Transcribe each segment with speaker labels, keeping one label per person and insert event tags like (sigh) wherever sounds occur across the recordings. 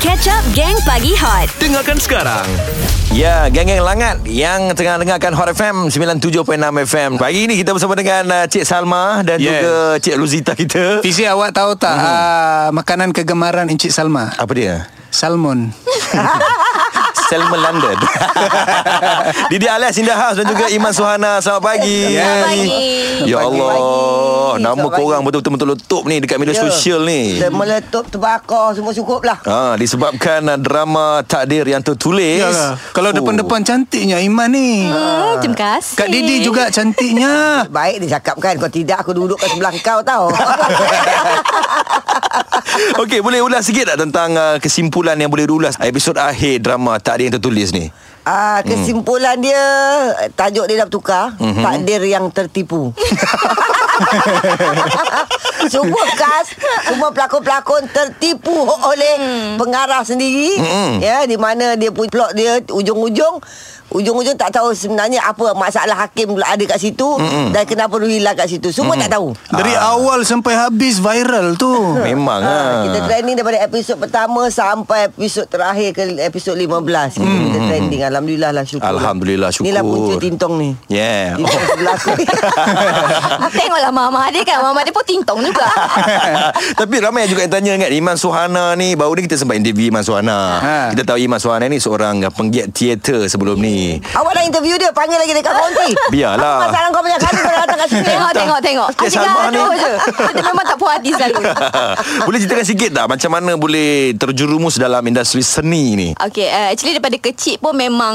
Speaker 1: Catch up Gang Pagi Hot
Speaker 2: Dengarkan sekarang
Speaker 3: Ya, geng-geng langat yang tengah dengarkan Hot FM 97.6 FM. Pagi ini kita bersama dengan uh, Cik Salma dan
Speaker 2: Yeah.
Speaker 3: yeah. juga Cik Luzita kita.
Speaker 4: Fizi awak tahu tak
Speaker 3: Hmm.
Speaker 4: mm-hmm. uh, makanan kegemaran Encik Salma?
Speaker 3: Apa dia?
Speaker 4: Salmon.
Speaker 3: Selma London. (laughs) Didi Alias Indah House dan juga Iman Suhana. Selamat pagi.
Speaker 4: Selamat
Speaker 1: pagi.
Speaker 3: Ya
Speaker 5: Selamat
Speaker 3: Allah,
Speaker 5: pagi.
Speaker 3: nama
Speaker 5: Selamat
Speaker 3: korang
Speaker 5: pagi.
Speaker 3: betul-betul meletup ni dekat media
Speaker 5: Ya.
Speaker 3: sosial ni.
Speaker 5: Dia meletup terbakar semua cukup lah.
Speaker 3: Ha, disebabkan uh, drama takdir yang tertulis.
Speaker 4: Yalah. Ya lah. Kalau
Speaker 3: Oh.
Speaker 4: depan-depan cantiknya Iman ni.
Speaker 5: Ah.
Speaker 1: hmm, Terima kasih
Speaker 4: Kak Didi juga
Speaker 3: (laughs)
Speaker 4: cantiknya.
Speaker 5: Baik dia cakap kan Kalau tidak aku duduk kat sebelah kau tau
Speaker 3: (laughs) Okey, boleh ulas sikit tak tentang uh, kesimpulan yang boleh diulas episod akhir drama takdir yang tertulis ni?
Speaker 5: ah, Kesimpulan dia Tajuk dia dah bertukar mm-hmm. Takdir yang tertipu Semua kas Semua pelakon-pelakon tertipu oleh pengarah sendiri mm-hmm. ya Di mana dia punya plot dia Ujung-ujung Ujung-ujung tak tahu sebenarnya Apa masalah hakim pula ada kat situ mm-hmm. Dan kenapa dia hilang kat situ Semua mm-hmm. tak tahu
Speaker 4: Dari awal sampai habis viral tu.
Speaker 3: Ah. Memang ha,
Speaker 5: Ha, kita trending daripada episod pertama sampai episod terakhir ke episod 15. Kita, hmm. kita trending. Alhamdulillah lah syukur.
Speaker 3: Alhamdulillah, syukur. Ya.
Speaker 5: Inilah punca tintong ni.
Speaker 3: Yeah.
Speaker 5: Tintong sebelah aku.
Speaker 1: (laughs) Tengoklah mama dia kan Mama dia pun tingtong juga
Speaker 3: (laughs) Tapi ramai juga yang tanya ingat Iman Suhana ni Baru ni kita sempat interview Iman Suhana
Speaker 4: Ha.
Speaker 3: Kita tahu Iman Suhana ni Seorang uh, penggiat teater sebelum ni (laughs)
Speaker 5: Awak dah interview dia Panggil lagi dekat konti
Speaker 3: Biarlah.
Speaker 5: Apa masalah kau banyak kali Kau dah datang kat
Speaker 1: (laughs)
Speaker 5: sini
Speaker 1: Tengok tengok tengok
Speaker 3: Cik
Speaker 1: Asyik
Speaker 3: Salma ni.
Speaker 1: gaduh je Dia memang tak puas hati selalu
Speaker 3: Boleh ceritakan sikit tak Macam mana boleh Terjerumus dalam industri seni ni
Speaker 1: Okay uh, Actually daripada kecil pun memang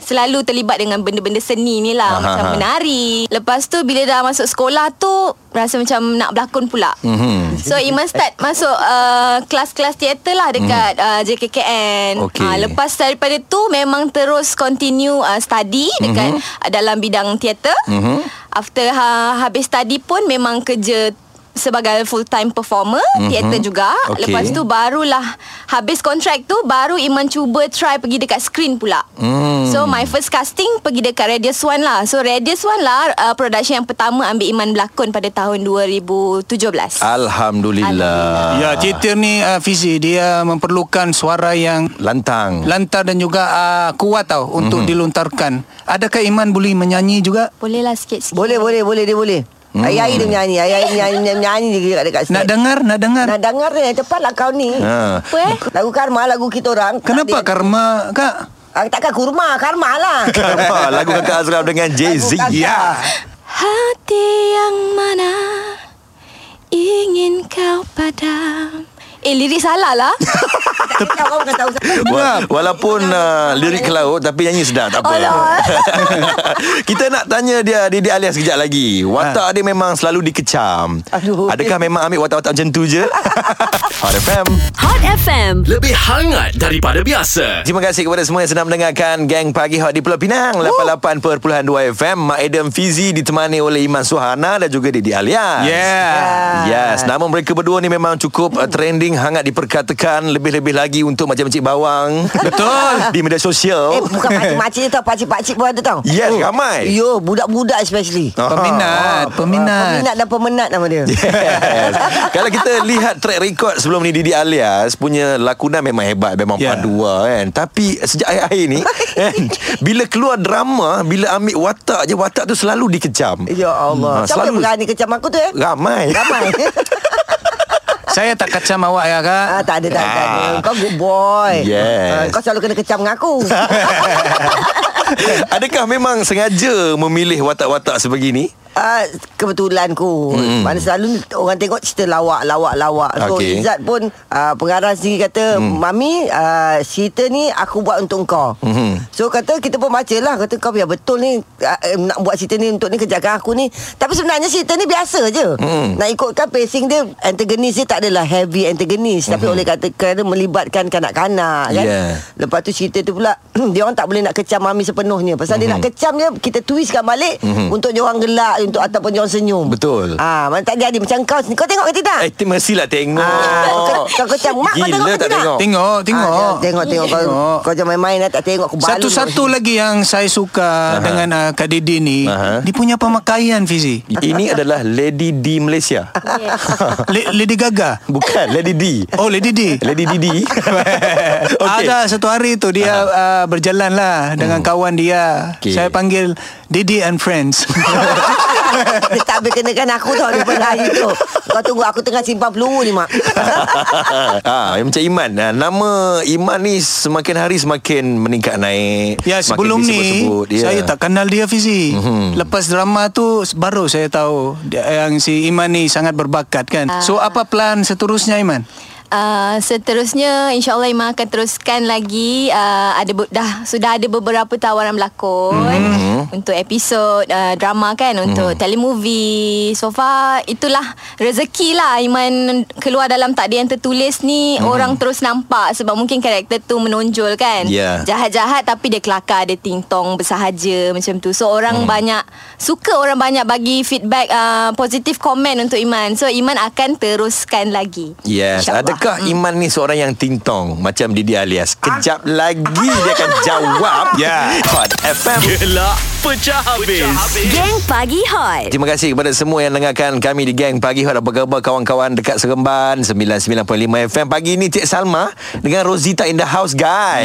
Speaker 1: Selalu terlibat dengan benda-benda seni ni lah
Speaker 3: Aha,
Speaker 1: Macam
Speaker 3: aha.
Speaker 1: menari Lepas tu bila dah masuk sekolah tu Rasa macam nak berlakon pula
Speaker 3: Mhm.
Speaker 1: mm-hmm. So Iman start masuk uh, Kelas-kelas teater lah dekat mm. uh, JKKN
Speaker 3: Mhm. Okey.
Speaker 1: Ah, Lepas daripada tu Memang terus continue uh, study
Speaker 3: Mhm.
Speaker 1: Dekat mm-hmm. uh, dalam bidang teater mm-hmm. After ha, habis study pun Memang kerja sebagai full time performer mm-hmm. teater juga
Speaker 3: Mhm. Okey.
Speaker 1: okay. lepas tu barulah habis kontrak tu baru Iman cuba try pergi dekat screen pula. Mm. So my first casting pergi dekat Radius One lah. So Radius One lah uh, production yang pertama ambil Iman berlakon pada tahun 2017.
Speaker 3: Ah. Alhamdulillah
Speaker 4: Ya, teater ni uh, Fizi dia memerlukan suara yang
Speaker 3: Lantang
Speaker 4: lantar dan juga uh, kuat tau
Speaker 3: Hmm.
Speaker 4: untuk dilontarkan. Adakah Iman boleh menyanyi juga?
Speaker 1: Boleh lah sikit-sikit.
Speaker 5: Boleh boleh boleh Dia boleh Ayah-ayah dia menyanyi Ayah-ayah dia menyanyi, dia menyanyi dekat, dekat sini
Speaker 4: Nak dengar, nak dengar.
Speaker 5: Nak dengar ni Cepat lah kau ni
Speaker 3: ha.
Speaker 1: Apa eh?
Speaker 5: Lagu Karma Lagu kita orang
Speaker 4: Kenapa karma, Kak?
Speaker 5: Ah, Takkan kurma Karma lah
Speaker 3: Karma (laughs) Lagu Kakak Azram dengan Jay-Z
Speaker 5: Lagu Kakak.
Speaker 4: Ya.
Speaker 1: Hati yang mana ingin kau padam. Eh lirik salah lah.
Speaker 5: Tak tahu kau bukan tahu siapa.
Speaker 3: (laughs) Wa- Walaupun uh, lirik ke laut Tapi nyanyi sedap Tak apa
Speaker 1: Alah.
Speaker 3: (laughs) Kita nak tanya dia Didi alias sekejap lagi Watak dia memang selalu dikecam
Speaker 5: Aduh.
Speaker 3: Adakah memang ambil watak-watak macam tu je? Hot FM
Speaker 1: Hot FM.
Speaker 2: Lebih hangat daripada biasa
Speaker 3: Terima kasih kepada semua yang sedang mendengarkan Gang Pagi Hot di Pulau Pinang 88.2 FM Mak Adam Fizi ditemani oleh Iman Suhana Dan juga Didi Alias Ah.
Speaker 4: Yeah.
Speaker 3: Yes Nama mereka berdua ni memang cukup uh, trending Hangat diperkatakan Lebih-lebih lagi untuk macam-macam bawang Betul (laughs) Di media
Speaker 5: Eh
Speaker 3: sosial (laughs)
Speaker 5: bukan pakcik-makcik je tau Pakcik-pakcik pun ada tau
Speaker 3: Yes ramai
Speaker 5: Oh. Yo budak-budak especially Ah,
Speaker 3: Ah.
Speaker 4: Peminat, peminat.
Speaker 5: Peminat dan pemenat nama dia (laughs)
Speaker 3: Yes. Kalau kita lihat track record sebelum ni Didi Alias punya lakonan memang hebat, memang yeah.
Speaker 4: Ya.
Speaker 3: padua kan. Tapi sejak akhir-akhir
Speaker 5: (laughs)
Speaker 3: ni kan, bila keluar drama, bila ambil watak je watak tu selalu dikecam.
Speaker 5: Ya Allah
Speaker 3: Hmm,
Speaker 5: Siapa yang
Speaker 3: selalu-
Speaker 5: berani kecam aku tu
Speaker 3: (laughs)
Speaker 5: eh
Speaker 3: Ramai.
Speaker 5: Ramai
Speaker 4: Saya tak kacam awak ya, Kak.
Speaker 5: (laughs) ah, Tak ada tak ada, tak ada Kau good boy
Speaker 3: Yes.
Speaker 5: ah, Kau selalu kena kecam dengan
Speaker 3: (laughs)
Speaker 5: aku
Speaker 3: Adakah memang sengaja memilih watak-watak sebegini?
Speaker 5: Ah, kebetulan ku hmm. Mana selalu orang tengok cerita lawak Lawak lawak So
Speaker 3: Okey.
Speaker 5: okay. Izzat pun ah, Pengarah sendiri kata hmm. Mami ah, cerita ni aku buat untuk kau hmm. So kata kita pun baca lah Kata kau biar betul ni ah, eh, Nak buat cerita ni untuk ni kerjakan aku ni Tapi sebenarnya cerita ni biasa je hmm. Nak ikutkan pacing dia Antagonis dia tak adalah heavy antagonis hmm. Tapi oleh kata Kerana melibatkan kanak-kanak kan
Speaker 3: Yeah.
Speaker 5: Lepas tu cerita tu pula (clears throat)
Speaker 4: Mhm.
Speaker 5: Dia orang tak boleh nak kecam mami sepenuhnya Pasal mm-hmm. dia nak kecam dia Kita twistkan balik mm-hmm. Untuk dia orang gelak untuk ataupun dia orang senyum.
Speaker 3: Betul.
Speaker 5: Ah, mana tak jadi macam kau ni. Kau tengok ke tidak?
Speaker 3: Eh, terima kasih lah tengok.
Speaker 5: Ah, kau kau macam mak kau
Speaker 3: Gila
Speaker 5: tengok ke
Speaker 3: tak
Speaker 5: tidak?
Speaker 3: tengok.
Speaker 4: Tengok, tengok.
Speaker 5: Ah, tengok tengok kau
Speaker 4: Tengok.
Speaker 5: kau jangan main-main lah, tak tengok aku balu. (laughs)
Speaker 4: Satu-satu lah. lagi yang saya suka
Speaker 3: Aha.
Speaker 4: dengan uh, Kak Didi ni,
Speaker 3: Aha.
Speaker 4: dia punya pemakaian
Speaker 3: (laughs)
Speaker 4: Fizi.
Speaker 3: Ini adalah Lady D Malaysia.
Speaker 4: Le- Lady Gaga.
Speaker 3: Bukan, Lady D.
Speaker 4: Oh,
Speaker 3: (laughs)
Speaker 4: Lady Di.
Speaker 3: Lady
Speaker 5: (laughs)
Speaker 3: Didi. Okey.
Speaker 4: Ada satu hari tu dia uh, berjalan
Speaker 3: Hmm.
Speaker 4: lah dengan kawan dia.
Speaker 3: Okey.
Speaker 4: Saya panggil Didi and
Speaker 3: (laughs)
Speaker 4: Friends.
Speaker 5: Dia tak boleh kenakan aku tau daripada hari tu. Kau tunggu aku tengah simpan peluru ni mak.
Speaker 3: (laughs) ah, yang macam Iman ah, Nama Iman ni Semakin hari semakin Meningkat naik
Speaker 4: ya
Speaker 3: Semakin
Speaker 4: sebelum ni
Speaker 3: disebut-sebut. Ya. Hmm.
Speaker 4: saya tak kenal dia Fizi. Lepas drama tu baru saya tahu dia, yang si Iman ni sangat berbakat kan. So apa plan seterusnya Iman?
Speaker 1: Uh, seterusnya insyaallah Ima akan teruskan lagi uh, ada be- dah sudah ada beberapa tawaran berlakon mm-hmm. untuk episod uh, drama kan untuk telemovie so far itulah rezeki lah Iman keluar dalam takdir yang tertulis ni orang terus nampak sebab mungkin karakter tu menonjol kan
Speaker 3: Ya.
Speaker 1: jahat-jahat tapi dia kelakar dia tingtong bersahaja macam tu so orang banyak suka orang banyak bagi feedback uh, positif komen untuk Iman so Iman akan teruskan lagi
Speaker 3: Yes
Speaker 1: InsyaAllah.
Speaker 3: Adakah Iman ni seorang yang ting-tong Macam Didi Alias Kejap lagi Dia akan
Speaker 4: (laughs)
Speaker 3: jawab Ya yeah. Hot FM
Speaker 2: Gelak pecah habis.
Speaker 6: Geng Pagi Hot.
Speaker 3: Terima kasih kepada semua yang dengarkan kami di Gang Pagi Hot. Apa khabar kawan-kawan dekat Seremban 99.5 FM. Pagi ni Cik Salma dengan Rosita in the house guys.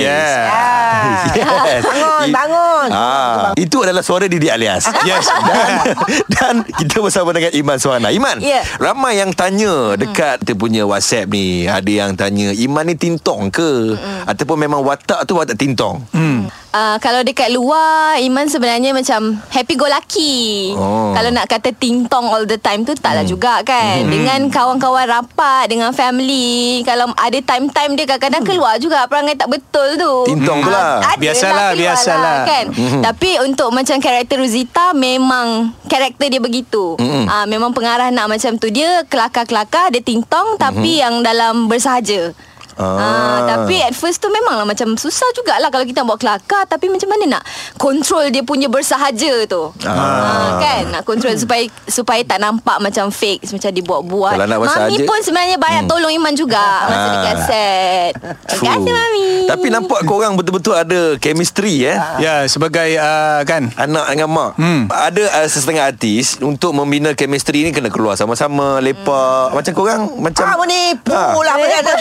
Speaker 5: Yeah.
Speaker 3: Yes.
Speaker 5: Bangun,
Speaker 3: I-
Speaker 5: bangun.
Speaker 3: Ah, itu adalah suara Didi Alias. Yes. Dan, dan kita bersama dengan Iman Suhana. Iman,
Speaker 1: Ya.
Speaker 3: ramai yang tanya dekat kita punya WhatsApp ni. Ada yang tanya, Iman ni tintong ke? Ataupun memang watak tu watak tintong? Hmm.
Speaker 1: Uh, kalau dekat luar Iman sebenarnya macam happy go lucky.
Speaker 3: Oh. Hmm.
Speaker 1: Kalau nak kata ting tong all the time tu taklah juga kan. Dengan kawan-kawan rapat, dengan family, kalau ada time-time dia kadang-kadang
Speaker 3: Hmm.
Speaker 1: keluar juga perangai tak betul tu.
Speaker 3: Tintong tu lah.
Speaker 1: Ah, ada
Speaker 4: Biasalah,
Speaker 1: keluar
Speaker 4: biasalah.
Speaker 1: Kan?
Speaker 3: Hmm.
Speaker 1: Tapi untuk macam karakter Rosita memang karakter dia begitu.
Speaker 3: Hmm.
Speaker 1: Ah memang pengarah nak macam tu. Dia kelakar-kelakar, dia ting tong tapi yang dalam bersahaja.
Speaker 3: Hmm. Ah.
Speaker 1: Ah. tapi at first tu memanglah macam susah jugalah kalau kita nak buat kelakar tapi macam mana nak control dia punya bersahaja tu. Ah. kan nak
Speaker 3: Hmm.
Speaker 1: control supaya supaya tak nampak macam fake macam dibuat-buat.
Speaker 3: Kalau nak bersahaja-
Speaker 1: Mami pun sebenarnya banyak hmm. tolong Iman juga masa
Speaker 3: Ah.
Speaker 1: dekat set. Terima kasih Mami.
Speaker 3: Tapi nampak korang betul-betul ada chemistry eh.
Speaker 4: Ya sebagai uh, kan
Speaker 3: Anak dengan mak hmm. Ada uh, setengah artis Untuk membina chemistry ni Kena keluar sama-sama Lepak hmm. Macam korang Macam
Speaker 5: Kamu ni pula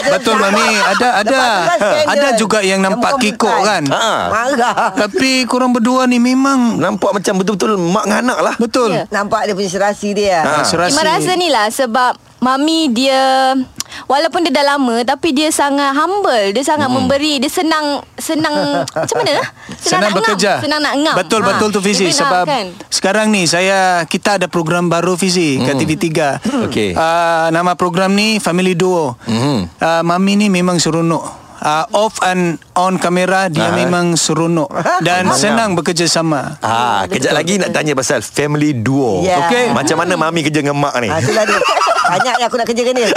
Speaker 4: Betul Mami Ada
Speaker 1: kan
Speaker 4: ada Ha,
Speaker 5: kan
Speaker 4: Ada juga yang nampak kikuk kan
Speaker 3: Ha.
Speaker 1: Ah.
Speaker 5: Marah
Speaker 4: Tapi korang berdua ni memang
Speaker 3: Nampak macam betul-betul Mak dengan anak lah
Speaker 4: Betul
Speaker 1: Ya.
Speaker 5: Nampak dia punya serasi dia
Speaker 3: Ha.
Speaker 4: Ah, serasi.
Speaker 1: Iman rasa ni lah sebab Mami dia Walaupun dia dah lama Tapi dia sangat humble Dia sangat hmm. memberi Dia senang
Speaker 3: (laughs)
Speaker 1: Senang Macam mana lah
Speaker 4: Senang
Speaker 1: nak
Speaker 4: bekerja
Speaker 1: ngam. Senang nak ngam
Speaker 4: Betul
Speaker 1: Ha.
Speaker 4: betul tu Fizi
Speaker 1: Even, ha,
Speaker 4: Sebab sekarang ni saya Kita ada program baru Fizi Kat TV3
Speaker 3: Hmm. (clears throat) Okey.
Speaker 4: Ah, Nama program ni Family Duo
Speaker 3: Hmm.
Speaker 4: Ah, Mami ni memang seronok Ah, Off and on kamera Dia
Speaker 3: Ah.
Speaker 4: memang
Speaker 1: (laughs)
Speaker 4: seronok Dan
Speaker 3: Memang.
Speaker 4: senang bekerja sama
Speaker 3: Ah, kejap lagi nak tanya pasal family duo.
Speaker 5: Ya.
Speaker 3: Okey, macam mana mami kerja dengan mak
Speaker 4: Eh.
Speaker 3: ni?
Speaker 5: ha, Itulah dia Banyak yang aku nak kerja dengan dia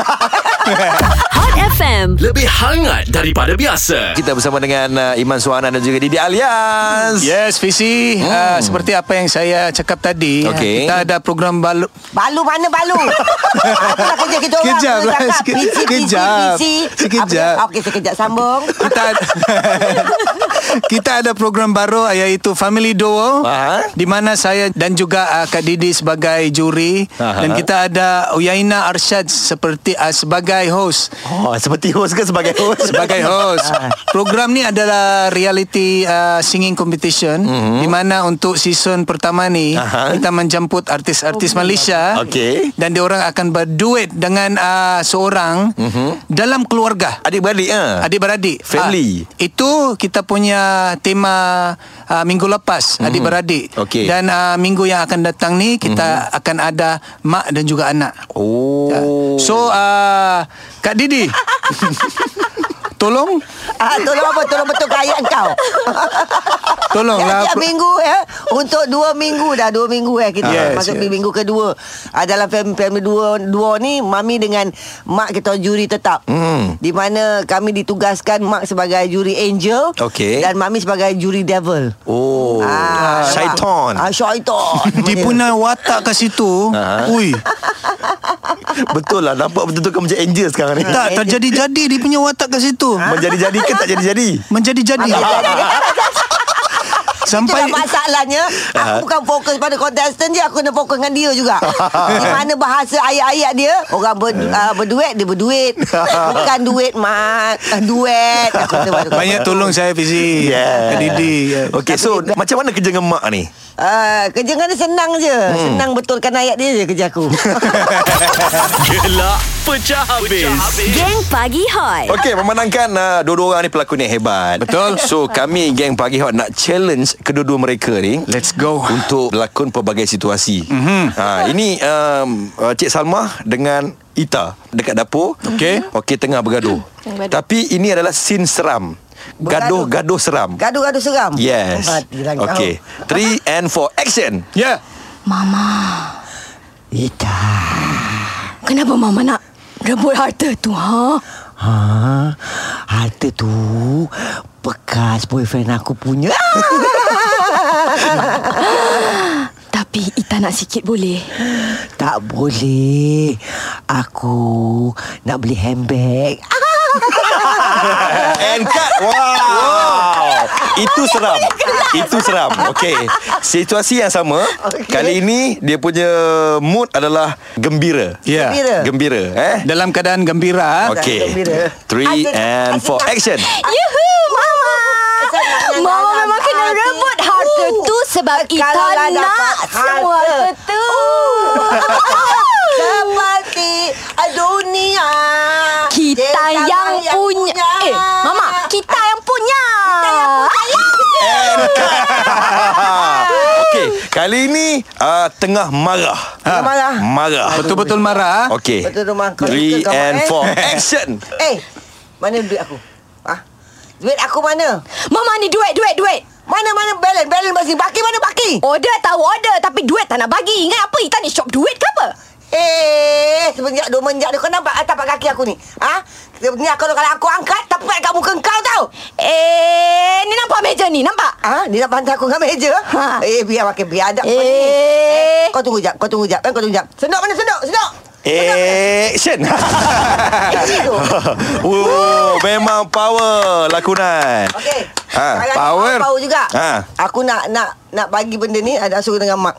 Speaker 6: Hot FM.
Speaker 2: Lebih hangat daripada biasa.
Speaker 3: Kita bersama dengan uh, Iman Suhana dan juga Didi Alias.
Speaker 4: Yes Fizi Ah, Seperti apa yang saya cakap tadi
Speaker 3: Hmm. Okey.
Speaker 4: Kita ada program baru
Speaker 5: Balu mana balu Aku nak kerja kita orang
Speaker 4: Sekejap (laughs) lah,
Speaker 5: Cakap
Speaker 4: seke-
Speaker 5: PC,
Speaker 4: sekejap.
Speaker 5: PC, PC.
Speaker 4: Sekejap.
Speaker 5: Apa dia? Okey sekejap
Speaker 4: (laughs)
Speaker 5: sambung
Speaker 4: kita ada, kita ada program baru iaitu Family Duo
Speaker 3: Aha.
Speaker 4: di mana saya dan juga uh, Kak Didi sebagai juri
Speaker 3: Aha.
Speaker 4: dan kita ada Uyaina Arshad seperti uh, sebagai host
Speaker 3: Oh, seperti host ke sebagai host?
Speaker 4: (laughs) sebagai host.
Speaker 3: (laughs)
Speaker 4: Program ni adalah reality uh, singing competition di mana untuk season pertama ni
Speaker 3: Mhm. Aha.
Speaker 4: kita menjemput artis-artis Malaysia
Speaker 3: Okey.
Speaker 4: dan diorang akan berduet dengan uh, seorang
Speaker 3: Mhm.
Speaker 4: dalam keluarga
Speaker 3: Adik-beradik ah.
Speaker 4: adik-beradik
Speaker 3: Family.
Speaker 4: ah, itu kita punya tema ah, minggu lepas adik-beradik
Speaker 3: Mhm. Okey. Mhm.
Speaker 4: dan ah, minggu yang akan datang ni kita akan ada mak dan juga anak
Speaker 3: Oh.
Speaker 4: so ah, Kak
Speaker 3: (laughs)
Speaker 4: Didi tolong
Speaker 5: ah, Tolong apa Tolong betul kaya kau
Speaker 4: tolonglah
Speaker 5: Tiap-tiap
Speaker 4: pro-
Speaker 5: minggu ya, Untuk dua minggu dah Dua minggu eh Kita
Speaker 4: Yes,
Speaker 5: yes, masuk
Speaker 4: Ah, yes.
Speaker 5: yes. minggu kedua uh, Dalam family, family dua, dua ni Mami dengan Mak kita juri tetap
Speaker 3: Hmm.
Speaker 5: Di mana kami ditugaskan Mak sebagai juri angel
Speaker 3: Okey.
Speaker 5: Dan Mami sebagai juri devil
Speaker 3: Oh Syaiton
Speaker 5: ah, Syaiton
Speaker 4: Dia
Speaker 5: (laughs)
Speaker 4: punya watak kat situ
Speaker 3: Ha.
Speaker 4: Ui
Speaker 3: Betul lah Nampak betul-betul kau macam angel sekarang
Speaker 4: (laughs)
Speaker 3: ni
Speaker 4: Tak terjadi-jadi Dia punya watak kat situ
Speaker 5: Ha?
Speaker 3: Menjadi-jadi ke tak jadi-jadi
Speaker 4: Menjadi-jadi Sampai
Speaker 5: Itulah masalahnya Aku bukan fokus pada contestant je Aku kena fokus dengan dia juga Di mana bahasa ayat-ayat dia Orang ber, uh, berduet Dia berduit Bukan duit mat ah, Duet Aku kena baru-
Speaker 4: Banyak tolong saya Fizi
Speaker 3: Yeah
Speaker 4: Didi yeah.
Speaker 3: Okay so Macam mana kerja dengan mak ni
Speaker 5: uh, Kerja dengan dia senang je Senang betulkan ayat dia je kerja aku
Speaker 2: Gelak pecah habis.
Speaker 6: Geng Pagi Hot.
Speaker 3: Okey, memenangkan uh, dua-dua orang ni pelakon ni hebat. Betul. So, kami geng Pagi Hot nak challenge kedua-dua mereka ni.
Speaker 4: Let's go.
Speaker 3: Untuk berlakon pelbagai situasi. Mm-hmm. Ha, ini um, uh, Cik Salma dengan Ita dekat dapur. Okey. Okey, tengah bergaduh.
Speaker 1: Bergaduh.
Speaker 3: Tapi ini adalah scene seram.
Speaker 5: Bergaduh. Ah,
Speaker 3: Gaduh-gaduh seram.
Speaker 5: Gaduh-gaduh seram
Speaker 3: Yes.
Speaker 5: Matilah kau.
Speaker 3: Okey. Three and four. Action.
Speaker 4: Yeah
Speaker 5: Ita
Speaker 1: Kenapa Mama nak rebut harta tu, ha?
Speaker 5: ha, Harta tu Bekas boyfriend aku punya Ah!
Speaker 1: Tapi Ita nak sikit boleh.
Speaker 5: Tak boleh Aku Nak beli handbag
Speaker 3: (laughs) And cut Wow, wow. Itu seram Itu seram Okay Situasi yang sama okay.
Speaker 5: Okey.
Speaker 3: Kali ini Dia punya mood adalah Gembira
Speaker 4: Yeah
Speaker 5: Gembira.
Speaker 3: Gembira eh?
Speaker 4: Ya. Dalam keadaan gembira okay.
Speaker 3: Okay
Speaker 5: Gembira.
Speaker 3: Three
Speaker 5: Asyik-
Speaker 3: and
Speaker 5: asyik
Speaker 3: four
Speaker 5: tak- Ya.
Speaker 3: Action
Speaker 1: Yuhu, Mama! Mama memang kena
Speaker 5: Hati.
Speaker 1: rebut harta
Speaker 5: Uh,
Speaker 1: tu sebab Ita
Speaker 5: kalau lah
Speaker 1: nak
Speaker 5: dapat
Speaker 1: semua Uh.
Speaker 5: harta.
Speaker 1: harta tu. (laughs)
Speaker 5: Seperti dunia
Speaker 1: Kita
Speaker 5: ah. Dia
Speaker 1: yang
Speaker 5: yang
Speaker 1: punya.
Speaker 5: ah.
Speaker 1: Eh, Mama, kita yang punya. Kita yang punya.
Speaker 3: Okay Ah, Kali ini uh, Tengah marah Ah,
Speaker 5: Tengah marah.
Speaker 3: Marah
Speaker 4: Betul-betul marah ah. okay.
Speaker 3: Okay
Speaker 5: Betul tu, Mak. Kau
Speaker 3: Three
Speaker 5: suka kau,
Speaker 3: and
Speaker 5: Mak, eh?
Speaker 3: four Action (laughs)
Speaker 5: Eh Mana duit aku Ah, Duit aku mana
Speaker 1: Mama ni duit, duit, duit.
Speaker 5: Mana mana balance Balance masih Baki mana baki
Speaker 1: Order tahu order tapi duit tak nak bagi. Ingat apa Ita ni shop duit ke apa?
Speaker 5: Eh Semenjak dua menjak ni Kau nampak ah, tapak kaki aku ni Ha Ni aku kalau aku angkat Tepat kat muka kau tau
Speaker 1: Eh, ni nampak meja ni, nampak?
Speaker 5: Ah, Dia nak pantai aku dengan meja
Speaker 1: Ha.
Speaker 5: Eh biar makin biadab kau ni
Speaker 1: Eh.
Speaker 5: Kau tunggu jap Kau tunggu jap eh, Kau tunggu jap Sendok mana sendok Sendok
Speaker 3: Action (laughs)
Speaker 1: Ha.
Speaker 5: Action Eh, tu.
Speaker 3: Oh, memang power lakonan.
Speaker 5: Okey.
Speaker 3: Ha,
Speaker 5: Sekarang ni
Speaker 3: power.
Speaker 5: aku Power juga.
Speaker 3: Ha.
Speaker 5: Aku nak nak nak bagi benda ni ada suruh dengan mak.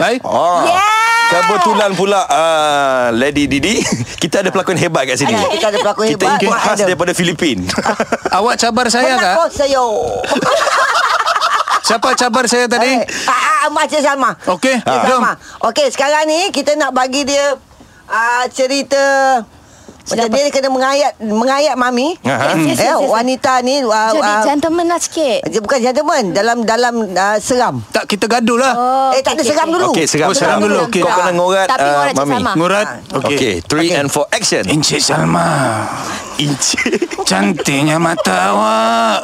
Speaker 4: Baik
Speaker 3: Oh.
Speaker 1: Yeah.
Speaker 3: Kebetulan pula uh, Lady Didi (laughs) Kita ada pelakon hebat kat sini
Speaker 5: Ada, kita ada Ah. pelakon
Speaker 3: Kita
Speaker 5: hebat,
Speaker 3: ikut
Speaker 5: Mak
Speaker 3: khas
Speaker 5: Adam.
Speaker 3: daripada
Speaker 5: (laughs)
Speaker 3: Filipin (laughs)
Speaker 4: Awak cabar saya
Speaker 5: Kau nak
Speaker 4: tak?
Speaker 5: kau saya. (laughs)
Speaker 4: Siapa cabar saya tadi?
Speaker 5: Eh, ah, ah, macam sama.
Speaker 4: Okey,
Speaker 5: Cik
Speaker 4: jom.
Speaker 5: Salma. Okey, sekarang ni kita nak bagi dia ah, cerita macam dia kena mengayat mengayat mami.
Speaker 3: Aha.
Speaker 5: Eh,
Speaker 1: Yes, yes, yes, yes.
Speaker 5: wanita ni ah,
Speaker 1: Jadi
Speaker 5: ah,
Speaker 1: gentleman lah sikit.
Speaker 5: dia bukan gentleman dalam dalam ah, seram.
Speaker 4: Tak kita gaduh lah
Speaker 1: Oh,
Speaker 5: eh tak ada
Speaker 1: okey,
Speaker 5: seram
Speaker 1: okey.
Speaker 5: dulu.
Speaker 3: Okey, seram,
Speaker 4: Oh, seram dulu, okey.
Speaker 3: Kau kena ngorat
Speaker 1: Tapi
Speaker 3: uh,
Speaker 1: ngorat Cik
Speaker 3: Mami
Speaker 1: Salma.
Speaker 4: Ngurat
Speaker 3: Okay, three and four action
Speaker 4: Encik Salma
Speaker 3: Inci
Speaker 4: Cantiknya mata awak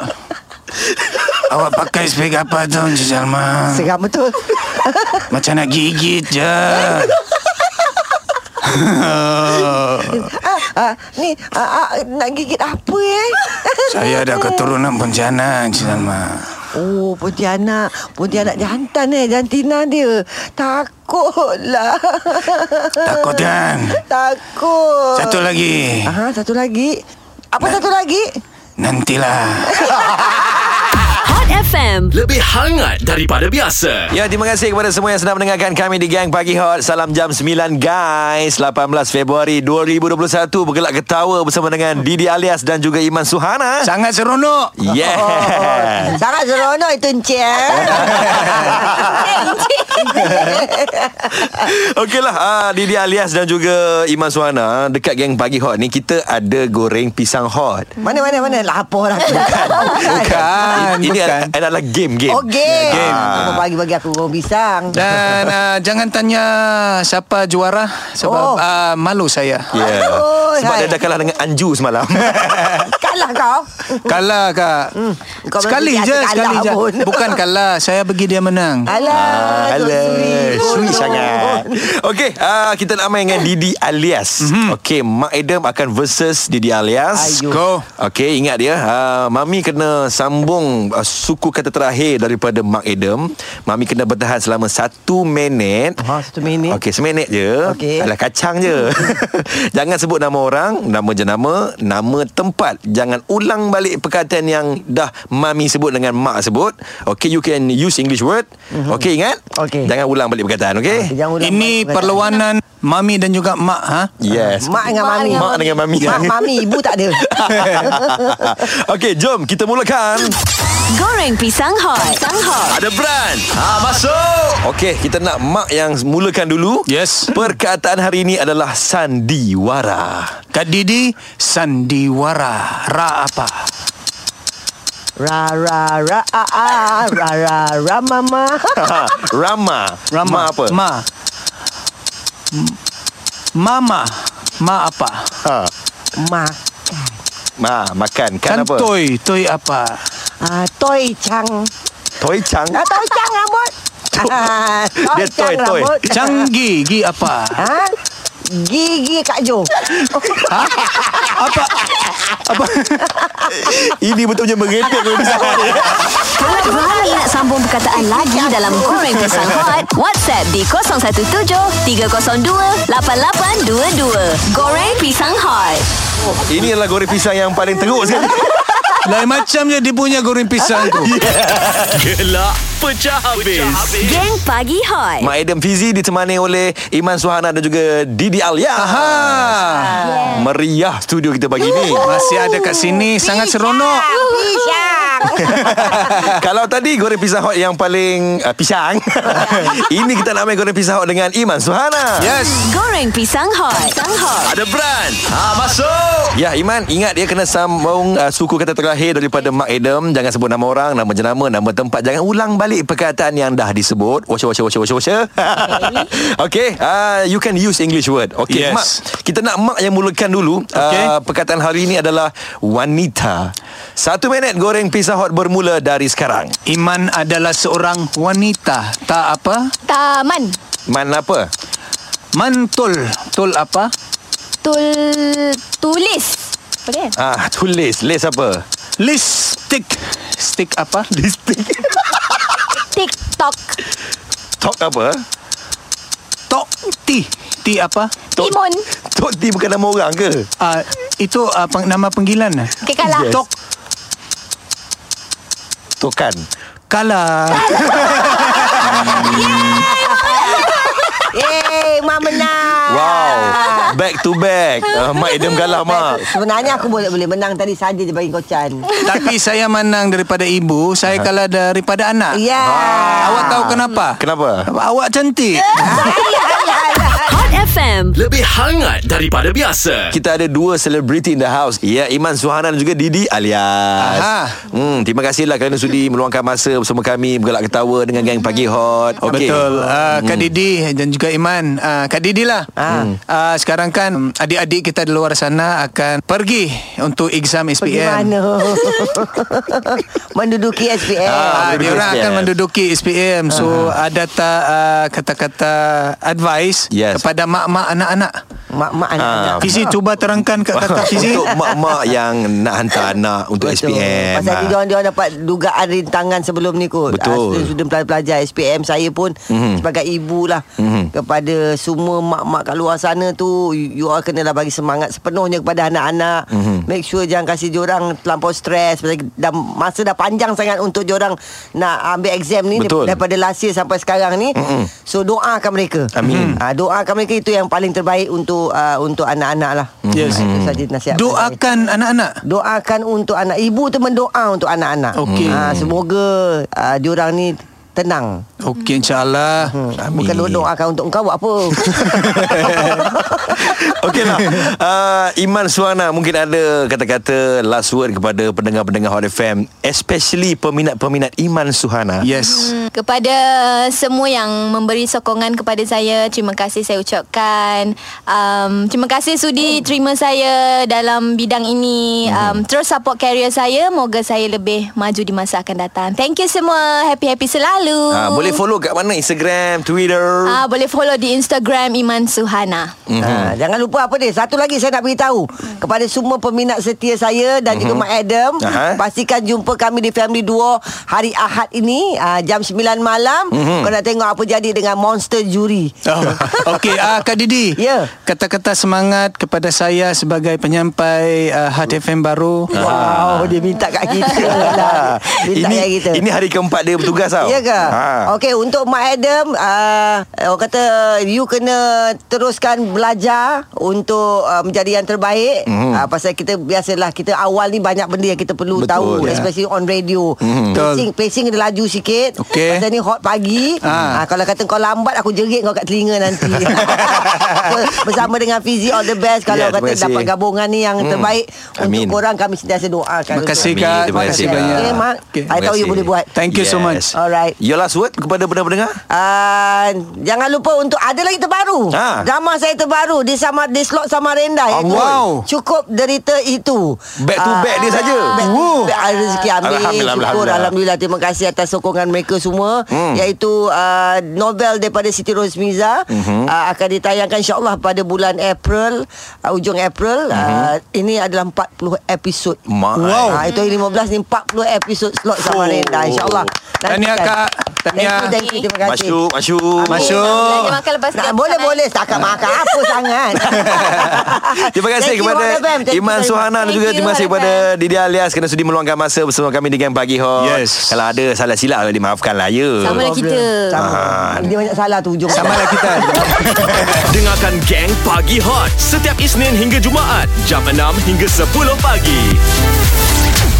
Speaker 4: Awak pakai spek apa tu Encik Salma
Speaker 5: Seram betul.
Speaker 4: Macam nak gigit je
Speaker 5: ah, ah, ni ah, ah, nak gigit apa eh?
Speaker 4: Saya ada keturunan bencana Encik Salma
Speaker 5: Oh, Pontianak. Pontianak jantan eh, jantina dia. Takutlah. (laughs)
Speaker 4: Takut kan
Speaker 5: Takut.
Speaker 4: Satu lagi
Speaker 5: Aha, satu lagi. Apa satu lagi?
Speaker 4: Nantilah
Speaker 6: Hot FM.
Speaker 2: Lebih hangat daripada biasa.
Speaker 3: Ya, terima kasih kepada semua yang sedang mendengarkan kami di Gang Pagi Hot. Salam jam 9 guys. 18 Februari 2021 bergelak ketawa bersama dengan Didi Alias dan juga Iman Suhana.
Speaker 4: Sangat seronok
Speaker 3: Yeah.
Speaker 5: (laughs) Sangat seronok itu encik eh. (laughs)
Speaker 1: Eh, Encik.
Speaker 3: Okeylah ah, Didi Alias dan juga Iman Suhana Dekat geng Pagi Hot ni Kita ada goreng pisang hot
Speaker 5: Mana mana mana lah apa orang tu.
Speaker 4: Bukan,
Speaker 3: Ini
Speaker 4: bukan.
Speaker 3: ad- adalah game game.
Speaker 5: Oh game.
Speaker 4: Game.
Speaker 5: Ah. Bagi-bagi aku goreng pisang.
Speaker 4: Dan uh, jangan tanya siapa juara sebab
Speaker 5: Oh.
Speaker 4: oh.
Speaker 5: Ya.
Speaker 4: uh, malu saya.
Speaker 3: Yeah.
Speaker 5: Oi,
Speaker 3: Ya. Sebab dia
Speaker 5: hai.
Speaker 3: dah kalah dengan Anju
Speaker 5: (laughs)
Speaker 3: semalam.
Speaker 5: Kalah kau.
Speaker 4: Kalah kak. Hmm.
Speaker 5: kau
Speaker 4: Sekali
Speaker 5: berhenti
Speaker 4: je,
Speaker 5: hati
Speaker 4: sekali
Speaker 5: kalah
Speaker 4: je.
Speaker 5: pun. (laughs)
Speaker 4: Bukan kalah, saya bagi dia menang.
Speaker 5: Alah. tu sweet.
Speaker 3: sweet
Speaker 5: Oh,
Speaker 3: sangat. Okey, ah, kita nak main dengan Didi alias. Mm-hmm.
Speaker 5: Mhm.
Speaker 3: Okey, Mak Adam akan versus Didi alias.
Speaker 5: Ayuh.
Speaker 4: Go.
Speaker 3: Okey, ingat dia. ah, Mami kena sambung ah, suku kata terakhir daripada Mak Adam. Mami kena bertahan selama satu minit.
Speaker 5: Ha, satu minit.
Speaker 3: Okey, seminit je.
Speaker 5: Okey.
Speaker 3: Alah kacang je. (laughs) jangan sebut nama orang, nama jenama, nama tempat. Jangan ulang balik perkataan yang dah mami sebut dengan mak sebut. Okey, you can use English word. Okey, ingat?
Speaker 5: Okey.
Speaker 3: Jangan ulang balik perkataan, okey?
Speaker 5: Jangan
Speaker 3: (laughs)
Speaker 5: ulang
Speaker 4: Ini
Speaker 5: balik.
Speaker 4: perlawanan mami dan juga mak ha.
Speaker 3: Yes.
Speaker 5: Mak dengan
Speaker 1: Mak
Speaker 5: mami.
Speaker 1: dengan
Speaker 3: Mak dengan mami.
Speaker 5: Mak mami ibu tak
Speaker 3: (laughs)
Speaker 5: ada.
Speaker 3: Okey, jom kita mulakan.
Speaker 6: Goreng pisang hot. Pisang hot.
Speaker 2: Ada brand Ha,
Speaker 3: Ah, masuk. Okey, kita nak mak yang mulakan dulu.
Speaker 4: Yes.
Speaker 3: Perkataan hari ini adalah sandiwara.
Speaker 4: Kak Didi sandiwara. Ra apa?
Speaker 5: Ra ra ra a a ra ra ra mama.
Speaker 3: Ha, Rama. Ma
Speaker 4: Rama
Speaker 3: apa?
Speaker 4: Ma. M- Mama. Ma apa?
Speaker 3: Ha.
Speaker 5: Ma.
Speaker 3: Ma, makan. Kan,
Speaker 4: Kan
Speaker 3: apa?
Speaker 4: toy, toy
Speaker 5: (laughs)
Speaker 4: apa?
Speaker 5: Ah, toy chang.
Speaker 3: Toy chang.
Speaker 5: Ah, toy chang
Speaker 3: (laughs)
Speaker 5: rambut. Ah,
Speaker 3: Dia toy, toy.
Speaker 5: rambut. (laughs)
Speaker 4: Canggih, gi apa?
Speaker 5: Ha? Gigi Kak Jo.
Speaker 3: Ini betulnya merepek kalau disebut.
Speaker 6: Kalau berharap nak sambung perkataan lagi dalam Goreng Pisang Hot, WhatsApp di 017-302-8822. Goreng Pisang Hot.
Speaker 3: Ini adalah goreng pisang yang paling teruk sekali.
Speaker 4: Lain macam je dia punya goreng pisang
Speaker 5: (laughs)
Speaker 4: tu.
Speaker 2: Gelak pecah habis, pecah habis.
Speaker 6: Geng Pagi Hot.
Speaker 3: Mak Adam Fizi ditemani oleh Iman Suhana dan juga Didi Alia.
Speaker 4: Aha.
Speaker 3: Meriah studio kita pagi ni. (laughs)
Speaker 4: Masih ada kat sini sangat seronok.
Speaker 5: Pisang.
Speaker 3: Kalau tadi goreng pisang hot yang paling uh, pisang. (laughs) Ini kita nak main goreng pisang hot dengan Iman Suhana.
Speaker 4: Yes.
Speaker 6: Goreng Pisang Hot. Pisang Hot.
Speaker 2: Ada brand
Speaker 3: Ya Iman Ingat dia kena sambung uh, Suku kata terakhir Daripada Mark Adam Jangan sebut nama orang Nama jenama Nama tempat Jangan ulang balik Perkataan yang dah disebut Washa washa washa washa washa Okay uh, You can use English word Okay
Speaker 4: Yes.
Speaker 3: Mak Kita nak Mak yang mulakan dulu
Speaker 4: Okay.
Speaker 3: uh, Perkataan hari ini adalah Wanita Satu minit goreng pizza hot Bermula dari sekarang
Speaker 4: Iman adalah seorang wanita. Tak apa?
Speaker 1: Taman
Speaker 3: Man apa?
Speaker 4: Mantul. Tul apa?
Speaker 1: Tul Tulis Boleh kan?
Speaker 3: Ah, tulis List apa?
Speaker 4: Listik. Stick apa?
Speaker 3: Listik
Speaker 1: TikTok
Speaker 3: Talk apa?
Speaker 4: Tok. Ti. Ti apa?
Speaker 1: Timun
Speaker 3: Tok T bukan nama orang ke?
Speaker 4: Uh, itu uh, peng- nama panggilan.
Speaker 1: Okay kalah
Speaker 4: Tok.
Speaker 3: Tokan
Speaker 4: Kala.
Speaker 5: Yeay, Mak menang.
Speaker 3: Wow Back to back uh, Mak Adam kalah Mak
Speaker 5: Sebenarnya aku boleh boleh menang tadi saja je bagi kau Chan.
Speaker 4: Tapi saya menang daripada ibu, saya kalah daripada anak.
Speaker 5: Ya.
Speaker 3: Ah,
Speaker 4: Awak tahu kenapa?
Speaker 3: Kenapa?
Speaker 4: Awak cantik.
Speaker 6: Hot FM.
Speaker 2: Lebih hangat daripada biasa
Speaker 3: Kita ada dua selebriti in the house Ya Iman Suhana dan juga Didi alias
Speaker 4: Aha.
Speaker 3: hmm, Terima kasihlah kerana sudi meluangkan masa bersama kami Bergelak ketawa dengan geng Pagi Hot Okey. Hmm.
Speaker 4: Betul. Uh, Kak Didi dan juga Iman. Uh, Kak Didi lah. Uh. Uh, sekarang kan mm, adik-adik kita di luar sana akan pergi untuk exam SPM.
Speaker 5: Pergi
Speaker 3: (laughs)
Speaker 5: mana? Menduduki SPM.
Speaker 3: Ah,
Speaker 4: Ah, dia
Speaker 3: menduduki
Speaker 4: orang
Speaker 3: SPM.
Speaker 4: akan menduduki SPM. So ada tak uh, kata-kata advice
Speaker 3: Yes.
Speaker 4: kepada mak-mak anak-anak?
Speaker 5: Mak-mak
Speaker 3: Ah,
Speaker 5: anak-anak.
Speaker 4: Fizi cuba terangkan kat
Speaker 3: (laughs)
Speaker 4: kata Fizi.
Speaker 3: Untuk mak-mak yang nak hantar anak Untuk
Speaker 5: Betul.
Speaker 3: SPM
Speaker 5: Pasal
Speaker 3: Ah.
Speaker 5: ha. dia orang dapat dugaan rintangan sebelum ni kot.
Speaker 3: Betul. Mhm.
Speaker 5: Ah, Student-student pelajar SPM saya pun mm-hmm. sebagai ibu lah mm-hmm. kepada semua mak-mak kat luar sana tu you you all kenalah bagi semangat sepenuhnya kepada anak-anak.
Speaker 3: Mhm.
Speaker 5: Mm-hmm. Make sure jangan kasi diorang terlampau stres pasal dah, masa dah panjang sangat untuk diorang nak ambil exam ni
Speaker 3: Betul. Mhm.
Speaker 5: daripada last year sampai sekarang ni. Mm-hmm. So doakan mereka.
Speaker 3: Amin.
Speaker 5: Ah, doakan mereka itu yang paling terbaik untuk uh, untuk anak-anak lah.
Speaker 4: Yes.
Speaker 5: Ah, Itu saja nasihat. saya.
Speaker 4: Doakan anak-anak.
Speaker 5: Doakan untuk anak Ibu tu mendoa untuk anak-anak
Speaker 4: Okey.
Speaker 5: ha, Semoga uh, Diorang ni tenang. Ah,
Speaker 4: Okey insyaAllah
Speaker 3: Amin.
Speaker 5: Hmm. Bukan duduk doakan untuk kau buat
Speaker 3: (laughs)
Speaker 5: apa.
Speaker 4: (laughs)
Speaker 3: Okeylah. Uh, Iman Suana mungkin ada kata-kata last word kepada pendengar-pendengar Hot FM, especially peminat-peminat Iman Suhana.
Speaker 4: Yes
Speaker 1: Hmm. Kepada semua yang memberi sokongan kepada saya Terima kasih saya ucapkan um, Terima kasih sudi
Speaker 3: Hmm.
Speaker 1: terima saya dalam bidang ini um, Terus support career saya Moga saya lebih maju di masa akan datang Thank you semua Happy-happy selalu
Speaker 3: Uh,
Speaker 5: Oh.
Speaker 3: boleh follow kat mana? Instagram, Twitter.
Speaker 1: Ah, boleh follow di Instagram Iman Suhana
Speaker 3: Mhm.
Speaker 5: Ha, jangan lupa apa dia. Satu lagi saya nak beritahu kepada semua peminat setia saya dan juga Mak Adam,
Speaker 3: Mhm. Aha.
Speaker 5: pastikan jumpa kami di Family Duo hari Ahad ini ah, jam 9 malam.
Speaker 3: Mhm.
Speaker 5: Kau nak tengok apa jadi dengan Monster Juri.
Speaker 4: Oh, Okey, ah Kak Didi.
Speaker 5: Ya.
Speaker 4: Kata-kata semangat kepada saya sebagai penyampai uh, Hot FM baru.
Speaker 5: Wow, dia minta kat
Speaker 3: (laughs)
Speaker 5: kita lah. Minta
Speaker 3: Ah. ini,
Speaker 5: kat kita.
Speaker 3: ini hari keempat dia bertugas tau.
Speaker 5: Ya ke?
Speaker 3: Ha.
Speaker 5: Ha. Okey, untuk Mak Adam, uh, orang kata you kena teruskan belajar untuk uh, menjadi yang terbaik. Mm. Uh, pasal kita biasalah kita awal ni banyak benda yang kita perlu
Speaker 3: Mhm. Betul,
Speaker 5: Betul, tahu,
Speaker 3: ya. Mhm.
Speaker 5: yeah. especially on radio. Mm.
Speaker 4: Betul.
Speaker 5: Pacing, pacing dia laju sikit.
Speaker 4: Okey.
Speaker 5: Pasal ni hot pagi.
Speaker 4: Ah.
Speaker 5: Ha. Uh, kalau kata kau lambat aku jerit kau kat telinga
Speaker 3: (laughs)
Speaker 5: nanti. so, bersama dengan Fizi all the best kalau
Speaker 3: Ya,
Speaker 5: yeah,
Speaker 3: terima
Speaker 5: kata
Speaker 3: kasih. Hmm.
Speaker 5: dapat gabungan ni yang mm. terbaik
Speaker 3: Amin.
Speaker 5: untuk korang kami sentiasa doakan.
Speaker 4: Terima
Speaker 5: untuk-
Speaker 4: kasih,
Speaker 3: Amin.
Speaker 4: Kak.
Speaker 3: Terima kasih
Speaker 5: Okey,
Speaker 3: Kak.
Speaker 5: Mak.
Speaker 4: Okey.
Speaker 5: I tahu you boleh buat.
Speaker 4: Thank you so much.
Speaker 5: Alright.
Speaker 3: Your last word kepada pendengar-pendengar?
Speaker 5: Uh, jangan lupa untuk ada lagi terbaru.
Speaker 3: Ha.
Speaker 5: Drama saya terbaru di sama di slot Samarinda iaitu
Speaker 4: wow.
Speaker 5: Cukup derita itu.
Speaker 3: Back to
Speaker 5: Ah,
Speaker 3: back dia saja.
Speaker 5: Back to
Speaker 4: Wow.
Speaker 5: back ada rezeki ambil.
Speaker 3: Alhamdulillah,
Speaker 5: Syukur
Speaker 3: Alhamdulillah.
Speaker 5: alhamdulillah terima kasih atas sokongan mereka semua
Speaker 3: Hmm.
Speaker 5: iaitu uh, novel daripada Siti Rosmiza
Speaker 3: Mhm.
Speaker 5: mm-hmm. uh, akan ditayangkan insyaallah pada bulan April uh, ujung April. Uh,
Speaker 3: Mhm.
Speaker 5: ini adalah 40 episod.
Speaker 3: Mak.
Speaker 4: Wow.
Speaker 5: Ah, itu hari 15 ni 40 episod slot
Speaker 3: Oh.
Speaker 5: Samarinda insyaallah.
Speaker 4: Tahniah,
Speaker 5: Nantikan.
Speaker 4: Kak. Tahniah.
Speaker 5: Thank you, thank you. Terima kasih.
Speaker 3: Masyuk, Masyuk.
Speaker 4: Masyuk. Masuk.
Speaker 1: Belanja makan lepas
Speaker 5: Nah,
Speaker 1: ni.
Speaker 5: boleh boleh setakat makan apa sangat.
Speaker 3: (laughs) Terima kasih
Speaker 5: Thank you,
Speaker 3: kepada
Speaker 5: Hot FM. Thank you
Speaker 3: Iman
Speaker 5: very much.
Speaker 3: Suhana dan
Speaker 1: Thank
Speaker 3: juga
Speaker 1: you,
Speaker 3: terima kasih
Speaker 1: Hot
Speaker 3: kepada Didi Alias kerana sudi meluangkan masa bersama kami di Gang Pagi Hot.
Speaker 4: Yes.
Speaker 3: Kalau ada salah silap dimaafkan lah ya.
Speaker 1: Sama lah kita
Speaker 5: Sama.
Speaker 3: Ah.
Speaker 5: Dia banyak salah tu hujung.
Speaker 4: Sama lah kita.
Speaker 2: Dengarkan Gang Pagi Hot setiap Isnin hingga Jumaat jam 6 hingga 10 pagi.